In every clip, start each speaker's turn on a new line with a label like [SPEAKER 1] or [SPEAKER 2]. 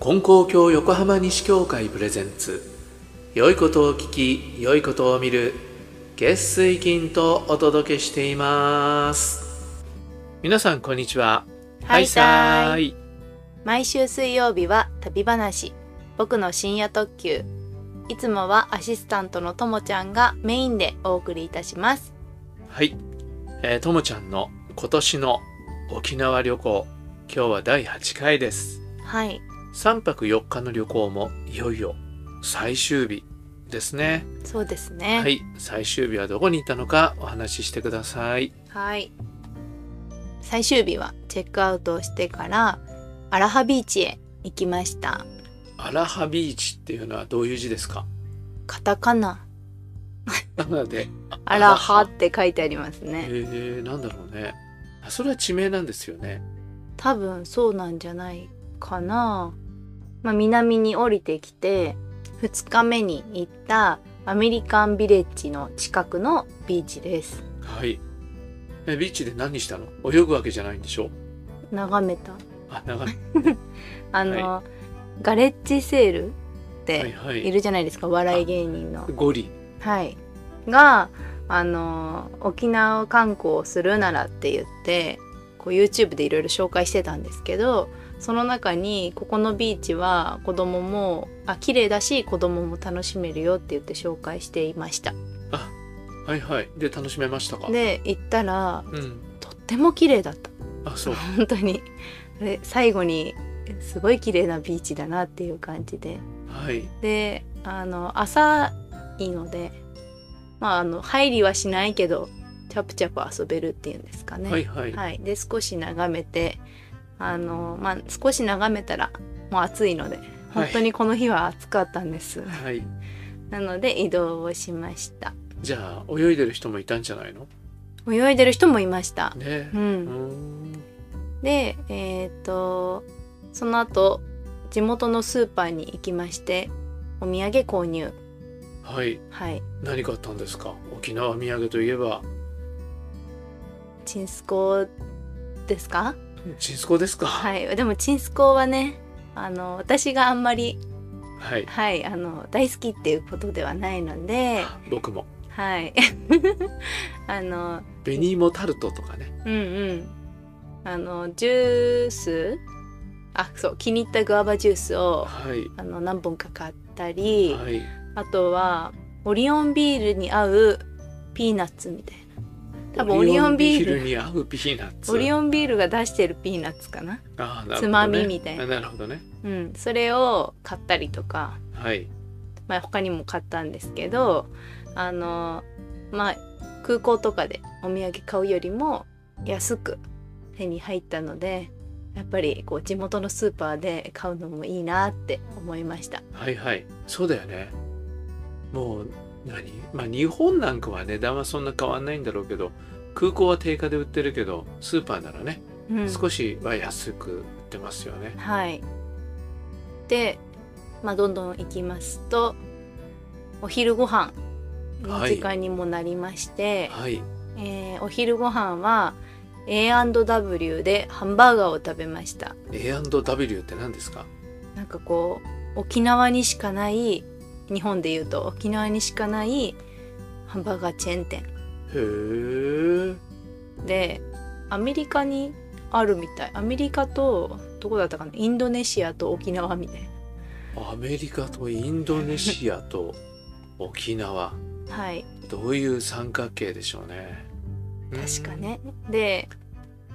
[SPEAKER 1] 金光教横浜西教会プレゼンツ良いことを聞き良いことを見る月水金とお届けしています皆さんこんにちは
[SPEAKER 2] ハイサイ
[SPEAKER 1] イ
[SPEAKER 2] 毎週水曜日は旅話僕の深夜特急いつもはアシスタントのともちゃんがメインでお送りいたします
[SPEAKER 1] はい、えーともちゃんの今年の沖縄旅行今日は第8回です
[SPEAKER 2] はい
[SPEAKER 1] 3泊4日の旅行もいよいよ最終日ですね
[SPEAKER 2] そうですね
[SPEAKER 1] はい最終日はどこに行ったのかお話ししてください
[SPEAKER 2] はい最終日はチェックアウトをしてからアラハビーチへ行きました
[SPEAKER 1] アラハビーチっていうのはどういう字ですか
[SPEAKER 2] カタカナ
[SPEAKER 1] なのであ
[SPEAKER 2] アラハって書いてあります
[SPEAKER 1] え
[SPEAKER 2] ね
[SPEAKER 1] ー、なんだろうねあそれは地名なんですよね
[SPEAKER 2] 多分そうなんじゃないかな、まあ、南に降りてきて2日目に行ったアメリカンビレッジの近くのビーチです
[SPEAKER 1] はいえビーチで何したの泳ぐわけじゃないんでしょ
[SPEAKER 2] 眺めた
[SPEAKER 1] あ長い
[SPEAKER 2] あの、ガレッジセールっ
[SPEAKER 1] はい
[SPEAKER 2] て
[SPEAKER 1] はいい
[SPEAKER 2] るじゃないですか、笑い芸人の
[SPEAKER 1] ゴリ
[SPEAKER 2] はいがあの沖縄観光をするならって言ってこう YouTube でいろいろ紹介してたんですけどその中にここのビーチは子供もあ綺麗だし子供も楽しめるよって言って紹介していました
[SPEAKER 1] あはいはいで楽しめましたか
[SPEAKER 2] で行ったら
[SPEAKER 1] うん
[SPEAKER 2] とっても綺麗だった
[SPEAKER 1] あそう
[SPEAKER 2] 本当にで最後にすごい綺麗なビーチだなっていう感じで
[SPEAKER 1] はい
[SPEAKER 2] であの浅いのでまああの入りはしないけどチャプチャプ遊べるっていうんですかね。
[SPEAKER 1] はいはい、
[SPEAKER 2] はいで少し眺めてあの、まあ、少し眺めたらもう暑いので本当にこの日は暑かったんです。
[SPEAKER 1] はい、
[SPEAKER 2] なので移動をしました。
[SPEAKER 1] じゃあ泳いでる人もいたんじゃないの
[SPEAKER 2] 泳いでる人もいました。
[SPEAKER 1] ね
[SPEAKER 2] う、
[SPEAKER 1] うんん
[SPEAKER 2] でえっ、とその後地元のスーパーに行きましてお土産購入
[SPEAKER 1] はい
[SPEAKER 2] はい
[SPEAKER 1] 何買ったんですか沖縄土産といえば
[SPEAKER 2] チンスコですか
[SPEAKER 1] チンスコですかはい、
[SPEAKER 2] はい、でもチンスコはねあの私があんまり、はい、あの大好きっていうことではないので、
[SPEAKER 1] 僕も
[SPEAKER 2] はい あの
[SPEAKER 1] 紅芋タルトとかね
[SPEAKER 2] うんうんあのジュースあそう気に入ったグアバジュースを
[SPEAKER 1] はい
[SPEAKER 2] あの何本か買ったり、
[SPEAKER 1] はい
[SPEAKER 2] あとはオリオンビールに合うピーナッツみたいな多分オリオンビール
[SPEAKER 1] オに合うピーナッツ
[SPEAKER 2] オリオンビールが出してるピーナッツかな、
[SPEAKER 1] あーなるほどね
[SPEAKER 2] つまみみたいな
[SPEAKER 1] あなるほどね
[SPEAKER 2] うん、それを買ったりとか
[SPEAKER 1] はい
[SPEAKER 2] まあ、他にも買ったんですけどあのまあ空港とかでお土産買うよりも安く手に入ったのでやっぱりこう地元のスーパーで買うのもいいなって思いました
[SPEAKER 1] はいはいそうだよねもう何まあ日本なんかは値段はそんな変わんないんだろうけど空港は定価で売ってるけどスーパーならね、
[SPEAKER 2] うん
[SPEAKER 1] 少しは安く売ってますよね
[SPEAKER 2] はいで、まあ、どんどん行きますとお昼ご飯の時間にもなりまして、
[SPEAKER 1] はい
[SPEAKER 2] えーお昼ご飯は A&W でハンバーガーを食べました
[SPEAKER 1] A&W って何ですか
[SPEAKER 2] なんかこう沖縄にしかない日本でいうと沖縄にしかないハンバーガーチェーン店
[SPEAKER 1] へえ
[SPEAKER 2] でアメリカにあるみたいアメリカとどこだったかなインドネシアと沖縄みたい
[SPEAKER 1] アメリカとインドネシアと沖縄
[SPEAKER 2] なはい
[SPEAKER 1] どういう三角形でしょうね
[SPEAKER 2] 確かねで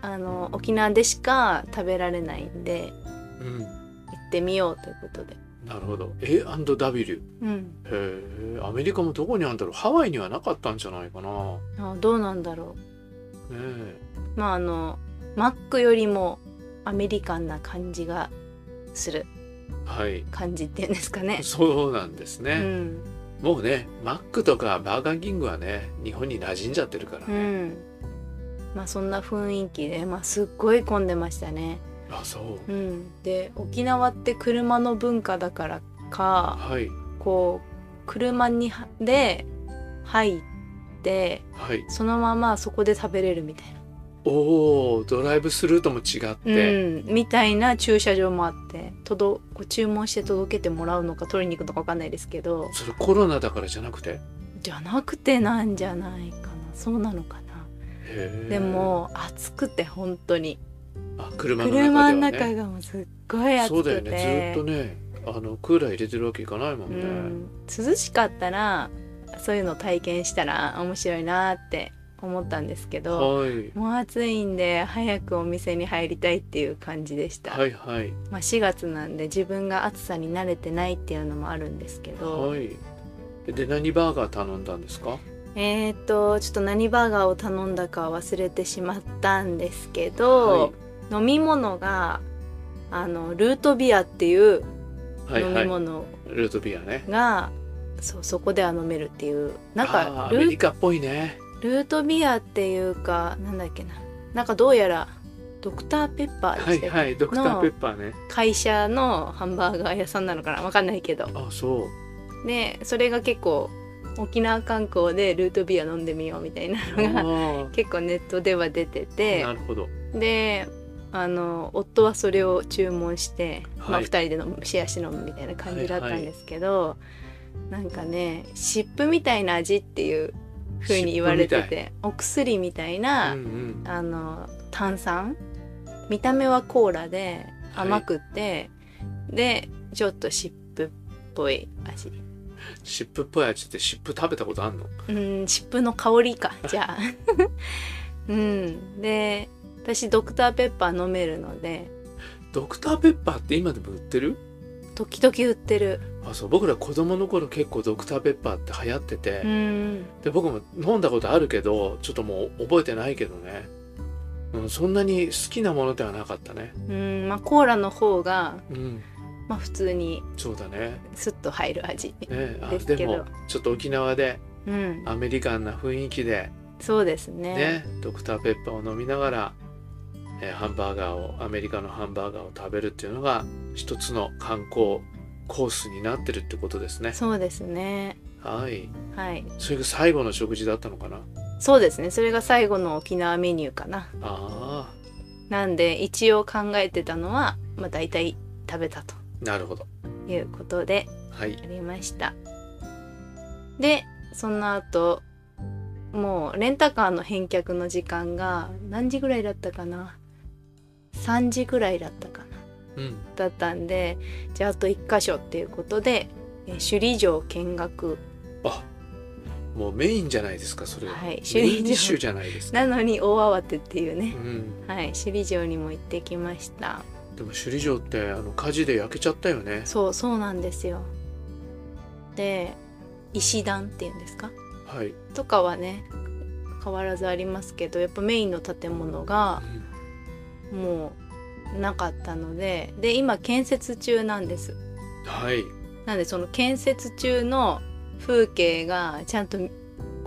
[SPEAKER 2] あの沖縄でしか食べられないんで行
[SPEAKER 1] うん、うん
[SPEAKER 2] ってみようということで
[SPEAKER 1] なるほど A&W
[SPEAKER 2] うん
[SPEAKER 1] へえアメリカもどこにあるんだろうハワイにはなかったんじゃないかなね
[SPEAKER 2] あどうなんだろ
[SPEAKER 1] え
[SPEAKER 2] うまああのマックよりもアメリカンな感じがする
[SPEAKER 1] はい
[SPEAKER 2] 感じっていうんですかね
[SPEAKER 1] そうなんです
[SPEAKER 2] う
[SPEAKER 1] ね、
[SPEAKER 2] ん
[SPEAKER 1] もうねマックとかバーガーキングはね日本に馴染んじゃってるから
[SPEAKER 2] う
[SPEAKER 1] ね、
[SPEAKER 2] ん、まあそんな雰囲気で、まあ、すっごい混んでましたね、
[SPEAKER 1] あそう
[SPEAKER 2] うん、で沖縄って車の文化だからか
[SPEAKER 1] はい
[SPEAKER 2] こう車にはで入って
[SPEAKER 1] はい
[SPEAKER 2] そのままそこで食べれるみたいな
[SPEAKER 1] おおドライブスルーとも違って、
[SPEAKER 2] うん、みたいな駐車場もあって届こう注文して届けてもらうのか取りに行くのか分かんないですけど
[SPEAKER 1] それコロナだからじゃなくて
[SPEAKER 2] じゃなくてなんじゃないかなそうなのかな
[SPEAKER 1] へー
[SPEAKER 2] でも暑くて本当に
[SPEAKER 1] あ車の中では、ね、
[SPEAKER 2] 車の中がもうすっごい暑
[SPEAKER 1] そうだよ
[SPEAKER 2] く
[SPEAKER 1] ね
[SPEAKER 2] て
[SPEAKER 1] ずっとねあのクーラー入れてるわけいかないもん
[SPEAKER 2] う
[SPEAKER 1] ね、
[SPEAKER 2] ん涼しかったらそういうの体験したら面白いなって思ったんですけど
[SPEAKER 1] はい
[SPEAKER 2] もう暑いんで早くお店に入りたいっていう感じでした、
[SPEAKER 1] はいはい
[SPEAKER 2] まあ、4月なんで自分が暑さに慣れてないっていうのもあるんですけど、
[SPEAKER 1] はいで何バーガー頼んだんですか
[SPEAKER 2] えー、とちょっと何バーガーを頼んだか忘れてしまったんですけど、飲み物があのルートビアっていう
[SPEAKER 1] はい
[SPEAKER 2] 飲
[SPEAKER 1] は
[SPEAKER 2] み
[SPEAKER 1] い
[SPEAKER 2] 物
[SPEAKER 1] ルートビアね
[SPEAKER 2] が、そうそこでは飲めるっていうなん
[SPEAKER 1] あ
[SPEAKER 2] か
[SPEAKER 1] ーアメ
[SPEAKER 2] ル
[SPEAKER 1] リカっぽいね
[SPEAKER 2] ルートビアっていうかなんだっけななんかどうやらドクターペッパーで
[SPEAKER 1] は
[SPEAKER 2] し
[SPEAKER 1] い
[SPEAKER 2] たっけ
[SPEAKER 1] はいドクターペッパーね
[SPEAKER 2] 会社のハンバーガー屋さんなのかなわかんないけど
[SPEAKER 1] あ そう
[SPEAKER 2] でそれが結構沖縄観光でルートビア飲んでみようみたいな
[SPEAKER 1] あ
[SPEAKER 2] のが
[SPEAKER 1] ー
[SPEAKER 2] 結構ネットでは出てて
[SPEAKER 1] なるほど
[SPEAKER 2] であの夫はそれを注文して、ま
[SPEAKER 1] は
[SPEAKER 2] あ、
[SPEAKER 1] い
[SPEAKER 2] 2人で飲むシェアして飲むみたいな感じだったんですけど、なんかね湿布みたいな味っていう風に言われて
[SPEAKER 1] 湿布み
[SPEAKER 2] てお薬みたいうな、
[SPEAKER 1] ん
[SPEAKER 2] あの炭酸見た目はコーラで
[SPEAKER 1] はい
[SPEAKER 2] 甘くて、でちょっと湿布っぽい味
[SPEAKER 1] うん湿布っぽい味って湿布食べたことあんの
[SPEAKER 2] うん湿布の香り かじゃあ うんで私ドクターペッパー飲めるので
[SPEAKER 1] ドクターペッパーって今でも売ってる
[SPEAKER 2] 時々売ってる
[SPEAKER 1] あそう僕ら子供の頃結構ドクターペッパーって流行ってて、
[SPEAKER 2] うん
[SPEAKER 1] で僕も飲んだことあるけどちょっともう覚えてないけどね、うん、そんなに好きなものではなかったね
[SPEAKER 2] うんまあコーラの方が、
[SPEAKER 1] うん
[SPEAKER 2] まあ、普通に
[SPEAKER 1] そうだね
[SPEAKER 2] スッと入る味
[SPEAKER 1] ねあ
[SPEAKER 2] ですけど
[SPEAKER 1] でもちょっと沖縄で
[SPEAKER 2] うん
[SPEAKER 1] アメリカンな雰囲気で
[SPEAKER 2] そうですね
[SPEAKER 1] ね、ドクターペッパーを飲みながら、えーハンバーガーをアメリカのハンバーガーを食べるっていうのが一つの観光コースになってるってことですね
[SPEAKER 2] そうですね
[SPEAKER 1] はい
[SPEAKER 2] はい
[SPEAKER 1] それが最後の食事だったのかな
[SPEAKER 2] そうですねそれが最後の沖縄メニューかな
[SPEAKER 1] あ
[SPEAKER 2] なんで一応考えてたのは、まあ、大体食べたと
[SPEAKER 1] あなるほど
[SPEAKER 2] いうことで
[SPEAKER 1] はい
[SPEAKER 2] ありましたでその後もうレンタカーの返却の時間が何時ぐらいだったかな3時ぐらいだったか
[SPEAKER 1] う
[SPEAKER 2] な
[SPEAKER 1] ん
[SPEAKER 2] だったんでじゃああと1箇所っていうことでえー首里城見学
[SPEAKER 1] あもうメインじゃないですかそれは、
[SPEAKER 2] はい
[SPEAKER 1] メインディッシュじゃないですか、
[SPEAKER 2] なのに大慌てっていう
[SPEAKER 1] う
[SPEAKER 2] ね、
[SPEAKER 1] ん、
[SPEAKER 2] はい、首里城にも行ってきました
[SPEAKER 1] でも首里城ってあの火事で焼けちゃったよね
[SPEAKER 2] そうそうなんですよで石段っていうんですか
[SPEAKER 1] はい、うん
[SPEAKER 2] とかはね変わらずありますけどやっぱメインの建物がもうなかったのでで今建設中なんです
[SPEAKER 1] はい
[SPEAKER 2] なんでその建設中の風景がちゃんと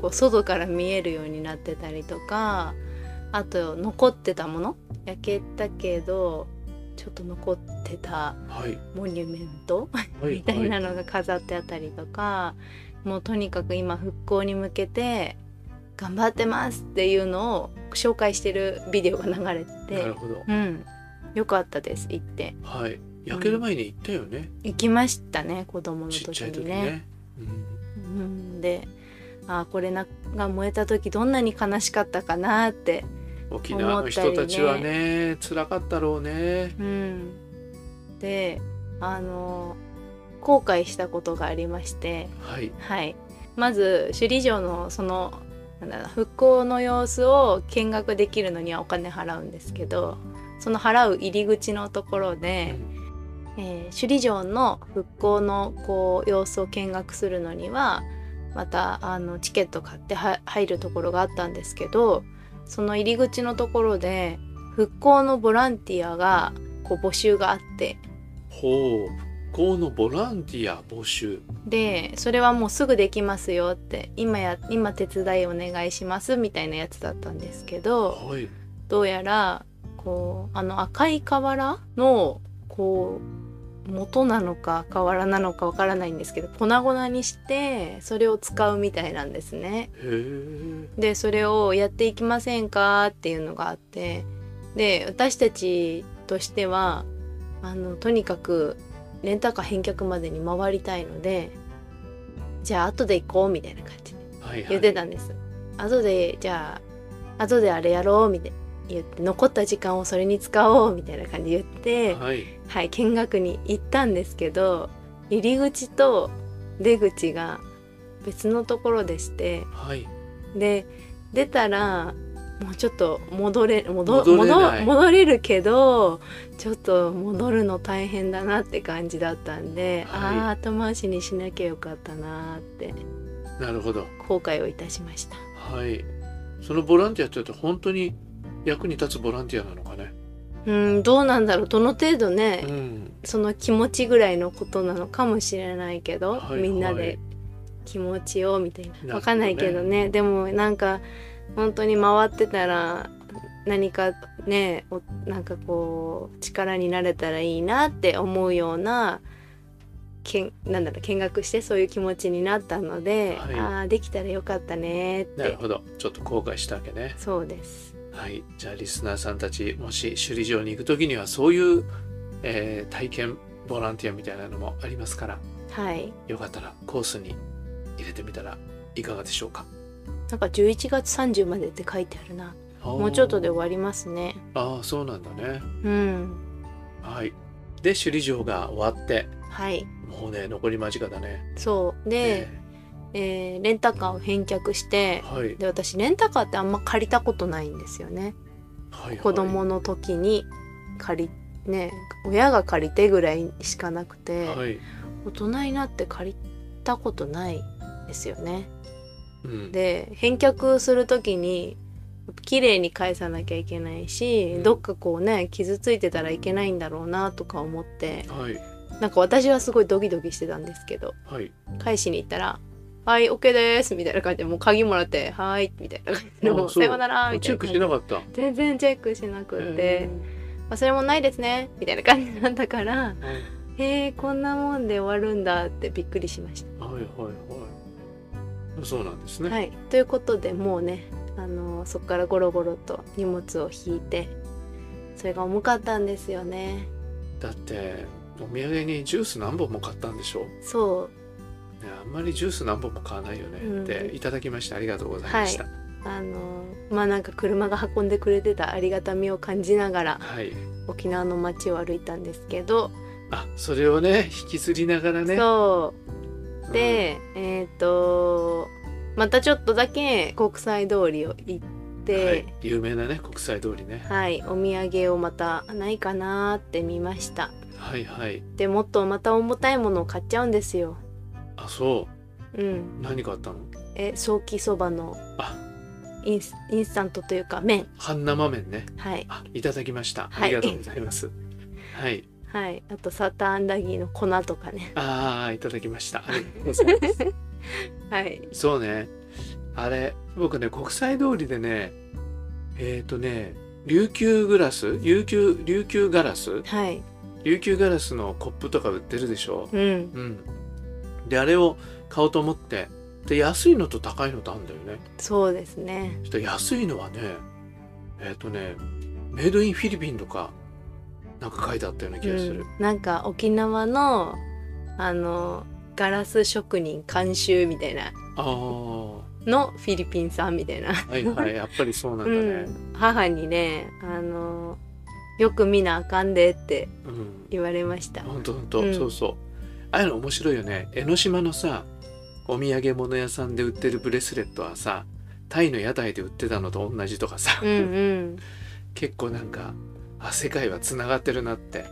[SPEAKER 2] こう外から見えるようになってたりとかあと残ってたもの焼けたけどちょっと残ってた
[SPEAKER 1] はい
[SPEAKER 2] モニュメント
[SPEAKER 1] はい
[SPEAKER 2] みたい
[SPEAKER 1] は
[SPEAKER 2] なのが飾ってあったりとか、もうとにかく今復興に向けて頑張ってますっていうのを紹介してるビデオが流れて
[SPEAKER 1] いなる
[SPEAKER 2] て、
[SPEAKER 1] ほど
[SPEAKER 2] うん、よかったです行って
[SPEAKER 1] はい焼ける前に行ったよね、
[SPEAKER 2] 行きましたね子供の
[SPEAKER 1] ちっ
[SPEAKER 2] 時
[SPEAKER 1] ちゃい時
[SPEAKER 2] に
[SPEAKER 1] ね
[SPEAKER 2] ね。
[SPEAKER 1] うん、
[SPEAKER 2] うん、であーこれなが燃えた時どんなに悲しかったかなって、
[SPEAKER 1] 沖縄の人たちはね辛かったろうね
[SPEAKER 2] うん、であの後悔したことがありまして、
[SPEAKER 1] はい
[SPEAKER 2] はい、まず首里城のそのなんだろう復興の様子を見学できるのにはお金払うんですけどその払う入り口のところで、えー首里城の復興のこう様子を見学するのにはまたあのチケット買っては入るところがあったんですけどその入り口のところで復興のボランティアがこう募集があって
[SPEAKER 1] ほう復興のボランティア募集
[SPEAKER 2] でそれはもうすぐできますよって今や今手伝いお願いしますみたいなやつだったんですけど
[SPEAKER 1] はい
[SPEAKER 2] どうやらこうあの赤い瓦のこう元なのか瓦なのかわからないんですけど粉々にしてそれを使うみたいなんですね。
[SPEAKER 1] へえ
[SPEAKER 2] でそれをやっていきませんかっていうのがあってで私たちとしてはあのとにかくレンタカー返却までに回りたいのでじゃあ後で行こうみたいな感じで
[SPEAKER 1] はいはい
[SPEAKER 2] 言ってたんです。後でじゃあ後であれやろうみたいな言って残った時間をそれに使おうみたいな感じで言って。
[SPEAKER 1] はい
[SPEAKER 2] はい、見学に行ったんですけど入り口と出口が別のところでして
[SPEAKER 1] はい
[SPEAKER 2] で出たらもうちょっと戻れ戻
[SPEAKER 1] 戻れない
[SPEAKER 2] 戻戻れるけどちょっと戻るの大変だなって感じだったんで、
[SPEAKER 1] はい
[SPEAKER 2] ああ後回しにしなきゃよかったなーって
[SPEAKER 1] なるほど
[SPEAKER 2] 後悔をいたしました。
[SPEAKER 1] はいそのボランティアってって本当に役に立つボランティアなのかね
[SPEAKER 2] うんどうなんだろうどの程度ね、
[SPEAKER 1] うん
[SPEAKER 2] その気持ちぐらいのことなのかもしれないけど、
[SPEAKER 1] はい
[SPEAKER 2] みんな
[SPEAKER 1] は
[SPEAKER 2] で
[SPEAKER 1] い
[SPEAKER 2] 気持ちをみたい
[SPEAKER 1] ほどね
[SPEAKER 2] なわかんないけどねでもなんか本当に回ってたら何かねおなんかこう力になれたらいいなって思うようなけんなんだろう見学してそういう気持ちになったので、
[SPEAKER 1] はい
[SPEAKER 2] ああできたらよかったねっ
[SPEAKER 1] なる
[SPEAKER 2] て
[SPEAKER 1] ほどちょっと後悔したわけね
[SPEAKER 2] そうです
[SPEAKER 1] はいじゃあリスナーさんたちもし首里城に行く時にはそういう、えー体験ボランティアみたいなのもありますから
[SPEAKER 2] はい
[SPEAKER 1] よかったらコースに入れてみたらいかがでしょうか
[SPEAKER 2] なんか11月30までって書いてあるなも
[SPEAKER 1] も
[SPEAKER 2] うちょっとで終わりますね
[SPEAKER 1] ああそうなんだね
[SPEAKER 2] うん
[SPEAKER 1] はいで首里城が終わって
[SPEAKER 2] はい
[SPEAKER 1] もうね残り間近だね
[SPEAKER 2] そう
[SPEAKER 1] え
[SPEAKER 2] で、えーレンタカーを返却して
[SPEAKER 1] えはい
[SPEAKER 2] で私レンタカーってあんま借りたことないんですよね
[SPEAKER 1] はいはい
[SPEAKER 2] 子供の時に借りね親が借りてぐらいしかなくて、
[SPEAKER 1] はい
[SPEAKER 2] 大人になって借りたことないですよね
[SPEAKER 1] うん
[SPEAKER 2] で返却する時に綺麗に返さなきゃいけないし、
[SPEAKER 1] うん
[SPEAKER 2] どっかこうね傷ついてたらいけないんだろうなとか思って
[SPEAKER 1] はい
[SPEAKER 2] なんか私はすごいドキドキしてたんですけど
[SPEAKER 1] はい
[SPEAKER 2] 返しに行ったら「はい OK です」みたいな感じでもう鍵もらって「はい」みたいな感じで
[SPEAKER 1] あ
[SPEAKER 2] 「もう
[SPEAKER 1] そう
[SPEAKER 2] さようなら」みた
[SPEAKER 1] チ
[SPEAKER 2] い
[SPEAKER 1] ェ
[SPEAKER 2] な
[SPEAKER 1] ック
[SPEAKER 2] 感
[SPEAKER 1] して
[SPEAKER 2] じ
[SPEAKER 1] なかった
[SPEAKER 2] 全然チェックしなくて「忘れ物ないですね」みたいな感じなんだから
[SPEAKER 1] はい
[SPEAKER 2] 「へえこんなもんで終わるんだ」ってびっくりしまし
[SPEAKER 1] はいはいはいそうなんです
[SPEAKER 2] た。
[SPEAKER 1] ね、
[SPEAKER 2] はい、ということでもうねあのそこからゴロゴロと荷物を引いてそれが重かったんですよね。
[SPEAKER 1] だってお土産にジュース何本も買ったんでしょ、ね、
[SPEAKER 2] そう
[SPEAKER 1] あんまりジュース何本も買わないよね、
[SPEAKER 2] うん
[SPEAKER 1] でいただきましてありがとうございました
[SPEAKER 2] あのまあなんか車が運んでくれてたありがたみを感じながら
[SPEAKER 1] はい、
[SPEAKER 2] 沖縄の街を歩いたんですけど、
[SPEAKER 1] あそれをね引きずりながらね
[SPEAKER 2] そう
[SPEAKER 1] うん
[SPEAKER 2] で、えっ、とまたちょっとだけ国際通りを行っ
[SPEAKER 1] は
[SPEAKER 2] て
[SPEAKER 1] い、有名なね国際通りね
[SPEAKER 2] はい、お土産をまたないかなーって見ました
[SPEAKER 1] はいはい
[SPEAKER 2] でもっとまた重たいものを買っちゃうんですよ
[SPEAKER 1] あそ
[SPEAKER 2] うん
[SPEAKER 1] う何買ったの
[SPEAKER 2] え早期そばの
[SPEAKER 1] あ
[SPEAKER 2] インスインスタントというか麺
[SPEAKER 1] 半生麺ね
[SPEAKER 2] はい
[SPEAKER 1] あいただきました、
[SPEAKER 2] はい
[SPEAKER 1] ありがとうございますはい
[SPEAKER 2] はいあとサーターアンダギーの粉とかね
[SPEAKER 1] ああいただきましたありがとうございます
[SPEAKER 2] はい
[SPEAKER 1] そうねあれ僕ね国際通りでねえっ、ー、とね琉球グラス琉球琉球ガラス
[SPEAKER 2] はい
[SPEAKER 1] 琉球ガラスのコップとか売ってるでしょ
[SPEAKER 2] うん
[SPEAKER 1] うんであれを買おうと思ってで安いのと高いのとあるんだよね
[SPEAKER 2] そうですね
[SPEAKER 1] ちょっと安いのはねえっ、とねメイドインフィリピンとかなんか書いてあったような気がする、
[SPEAKER 2] うん、なんか沖縄のあのガラス職人監修みたいな
[SPEAKER 1] ああ
[SPEAKER 2] のフィリピン産みたいな、
[SPEAKER 1] はいはいやっぱりそうなん
[SPEAKER 2] う
[SPEAKER 1] だね、
[SPEAKER 2] ん、母にねあのよく見なあかんでって
[SPEAKER 1] うん
[SPEAKER 2] 言われ ました
[SPEAKER 1] ほんとほんと、
[SPEAKER 2] うん
[SPEAKER 1] そうそうああいうの面白いよね江ノ島のさお土産物屋さんで売ってるブレスレットはさタイの屋台で売ってたのと同じとかさ、
[SPEAKER 2] うんうん
[SPEAKER 1] 結構なんかあ世界はつながってるなって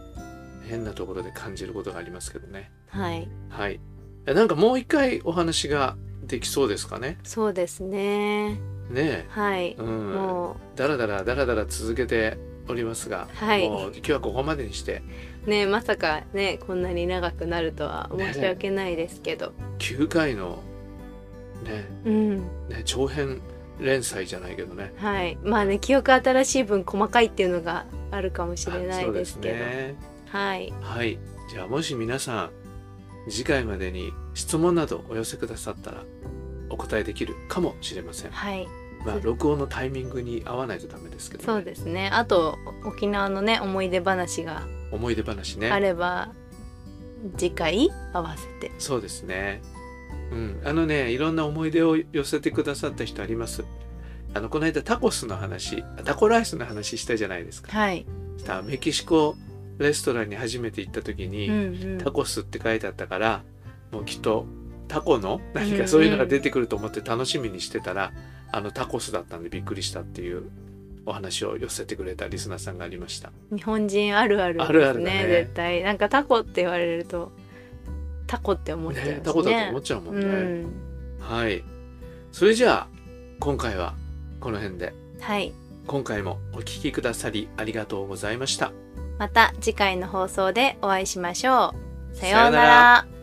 [SPEAKER 1] 変なところで感じることがありますけどね
[SPEAKER 2] はい
[SPEAKER 1] はいえなんかもう一回お話ができそうですかね
[SPEAKER 2] そうですね
[SPEAKER 1] ね
[SPEAKER 2] はい
[SPEAKER 1] え、う、ん、
[SPEAKER 2] も
[SPEAKER 1] だらだらだらだら続けておりますが、
[SPEAKER 2] はい
[SPEAKER 1] もう今日はここまでにして
[SPEAKER 2] うねまさかねこんなに長くなるとは申し訳ないですけど、
[SPEAKER 1] 9回のね
[SPEAKER 2] うん
[SPEAKER 1] ね、長編連載じゃないけどね。
[SPEAKER 2] はいまあね記憶新しい分細かいっていうのがあるかもしれな
[SPEAKER 1] あそ
[SPEAKER 2] いうですけど
[SPEAKER 1] ね。
[SPEAKER 2] はい
[SPEAKER 1] はい。ではもし皆さん次回までに質問などお寄せくださったらお答えできるかもしれません。
[SPEAKER 2] はい
[SPEAKER 1] まあ録音のタイミングに合わないとダメですけど、ね、
[SPEAKER 2] そうですねあと沖縄のね思い出話が
[SPEAKER 1] 思い出話ね。
[SPEAKER 2] あれば、次回合わせて
[SPEAKER 1] そうですね。うん、あのね、いろんな思い出を寄せてくださった人あります。あの、この間タコスの話、タコライスの話したじゃないですか。
[SPEAKER 2] はい、
[SPEAKER 1] したメキシコレストランに初めて行った時に、
[SPEAKER 2] うんうん、
[SPEAKER 1] タコスって書いてあったから、もうきっとタコの何
[SPEAKER 2] うんう
[SPEAKER 1] か
[SPEAKER 2] ん
[SPEAKER 1] そういうのが出てくると思って楽しみにしてたら、あのタコスだったんでびっくりしたっていうお話を寄せてくれたリスナーさんがありました。
[SPEAKER 2] 日本人あるあるですね
[SPEAKER 1] あるあるだね
[SPEAKER 2] 絶対なんかタコって言われるとタコって思っちゃうしね
[SPEAKER 1] ね、タコだと思っちゃうもんね。
[SPEAKER 2] うん、
[SPEAKER 1] はい。それじゃあ、今回はこの辺で。
[SPEAKER 2] はい
[SPEAKER 1] 今回もお聞きくださりありがとうございました。
[SPEAKER 2] また次回の放送でお会いしましょうさよ
[SPEAKER 1] さよ
[SPEAKER 2] う
[SPEAKER 1] う
[SPEAKER 2] な
[SPEAKER 1] な
[SPEAKER 2] ら
[SPEAKER 1] ら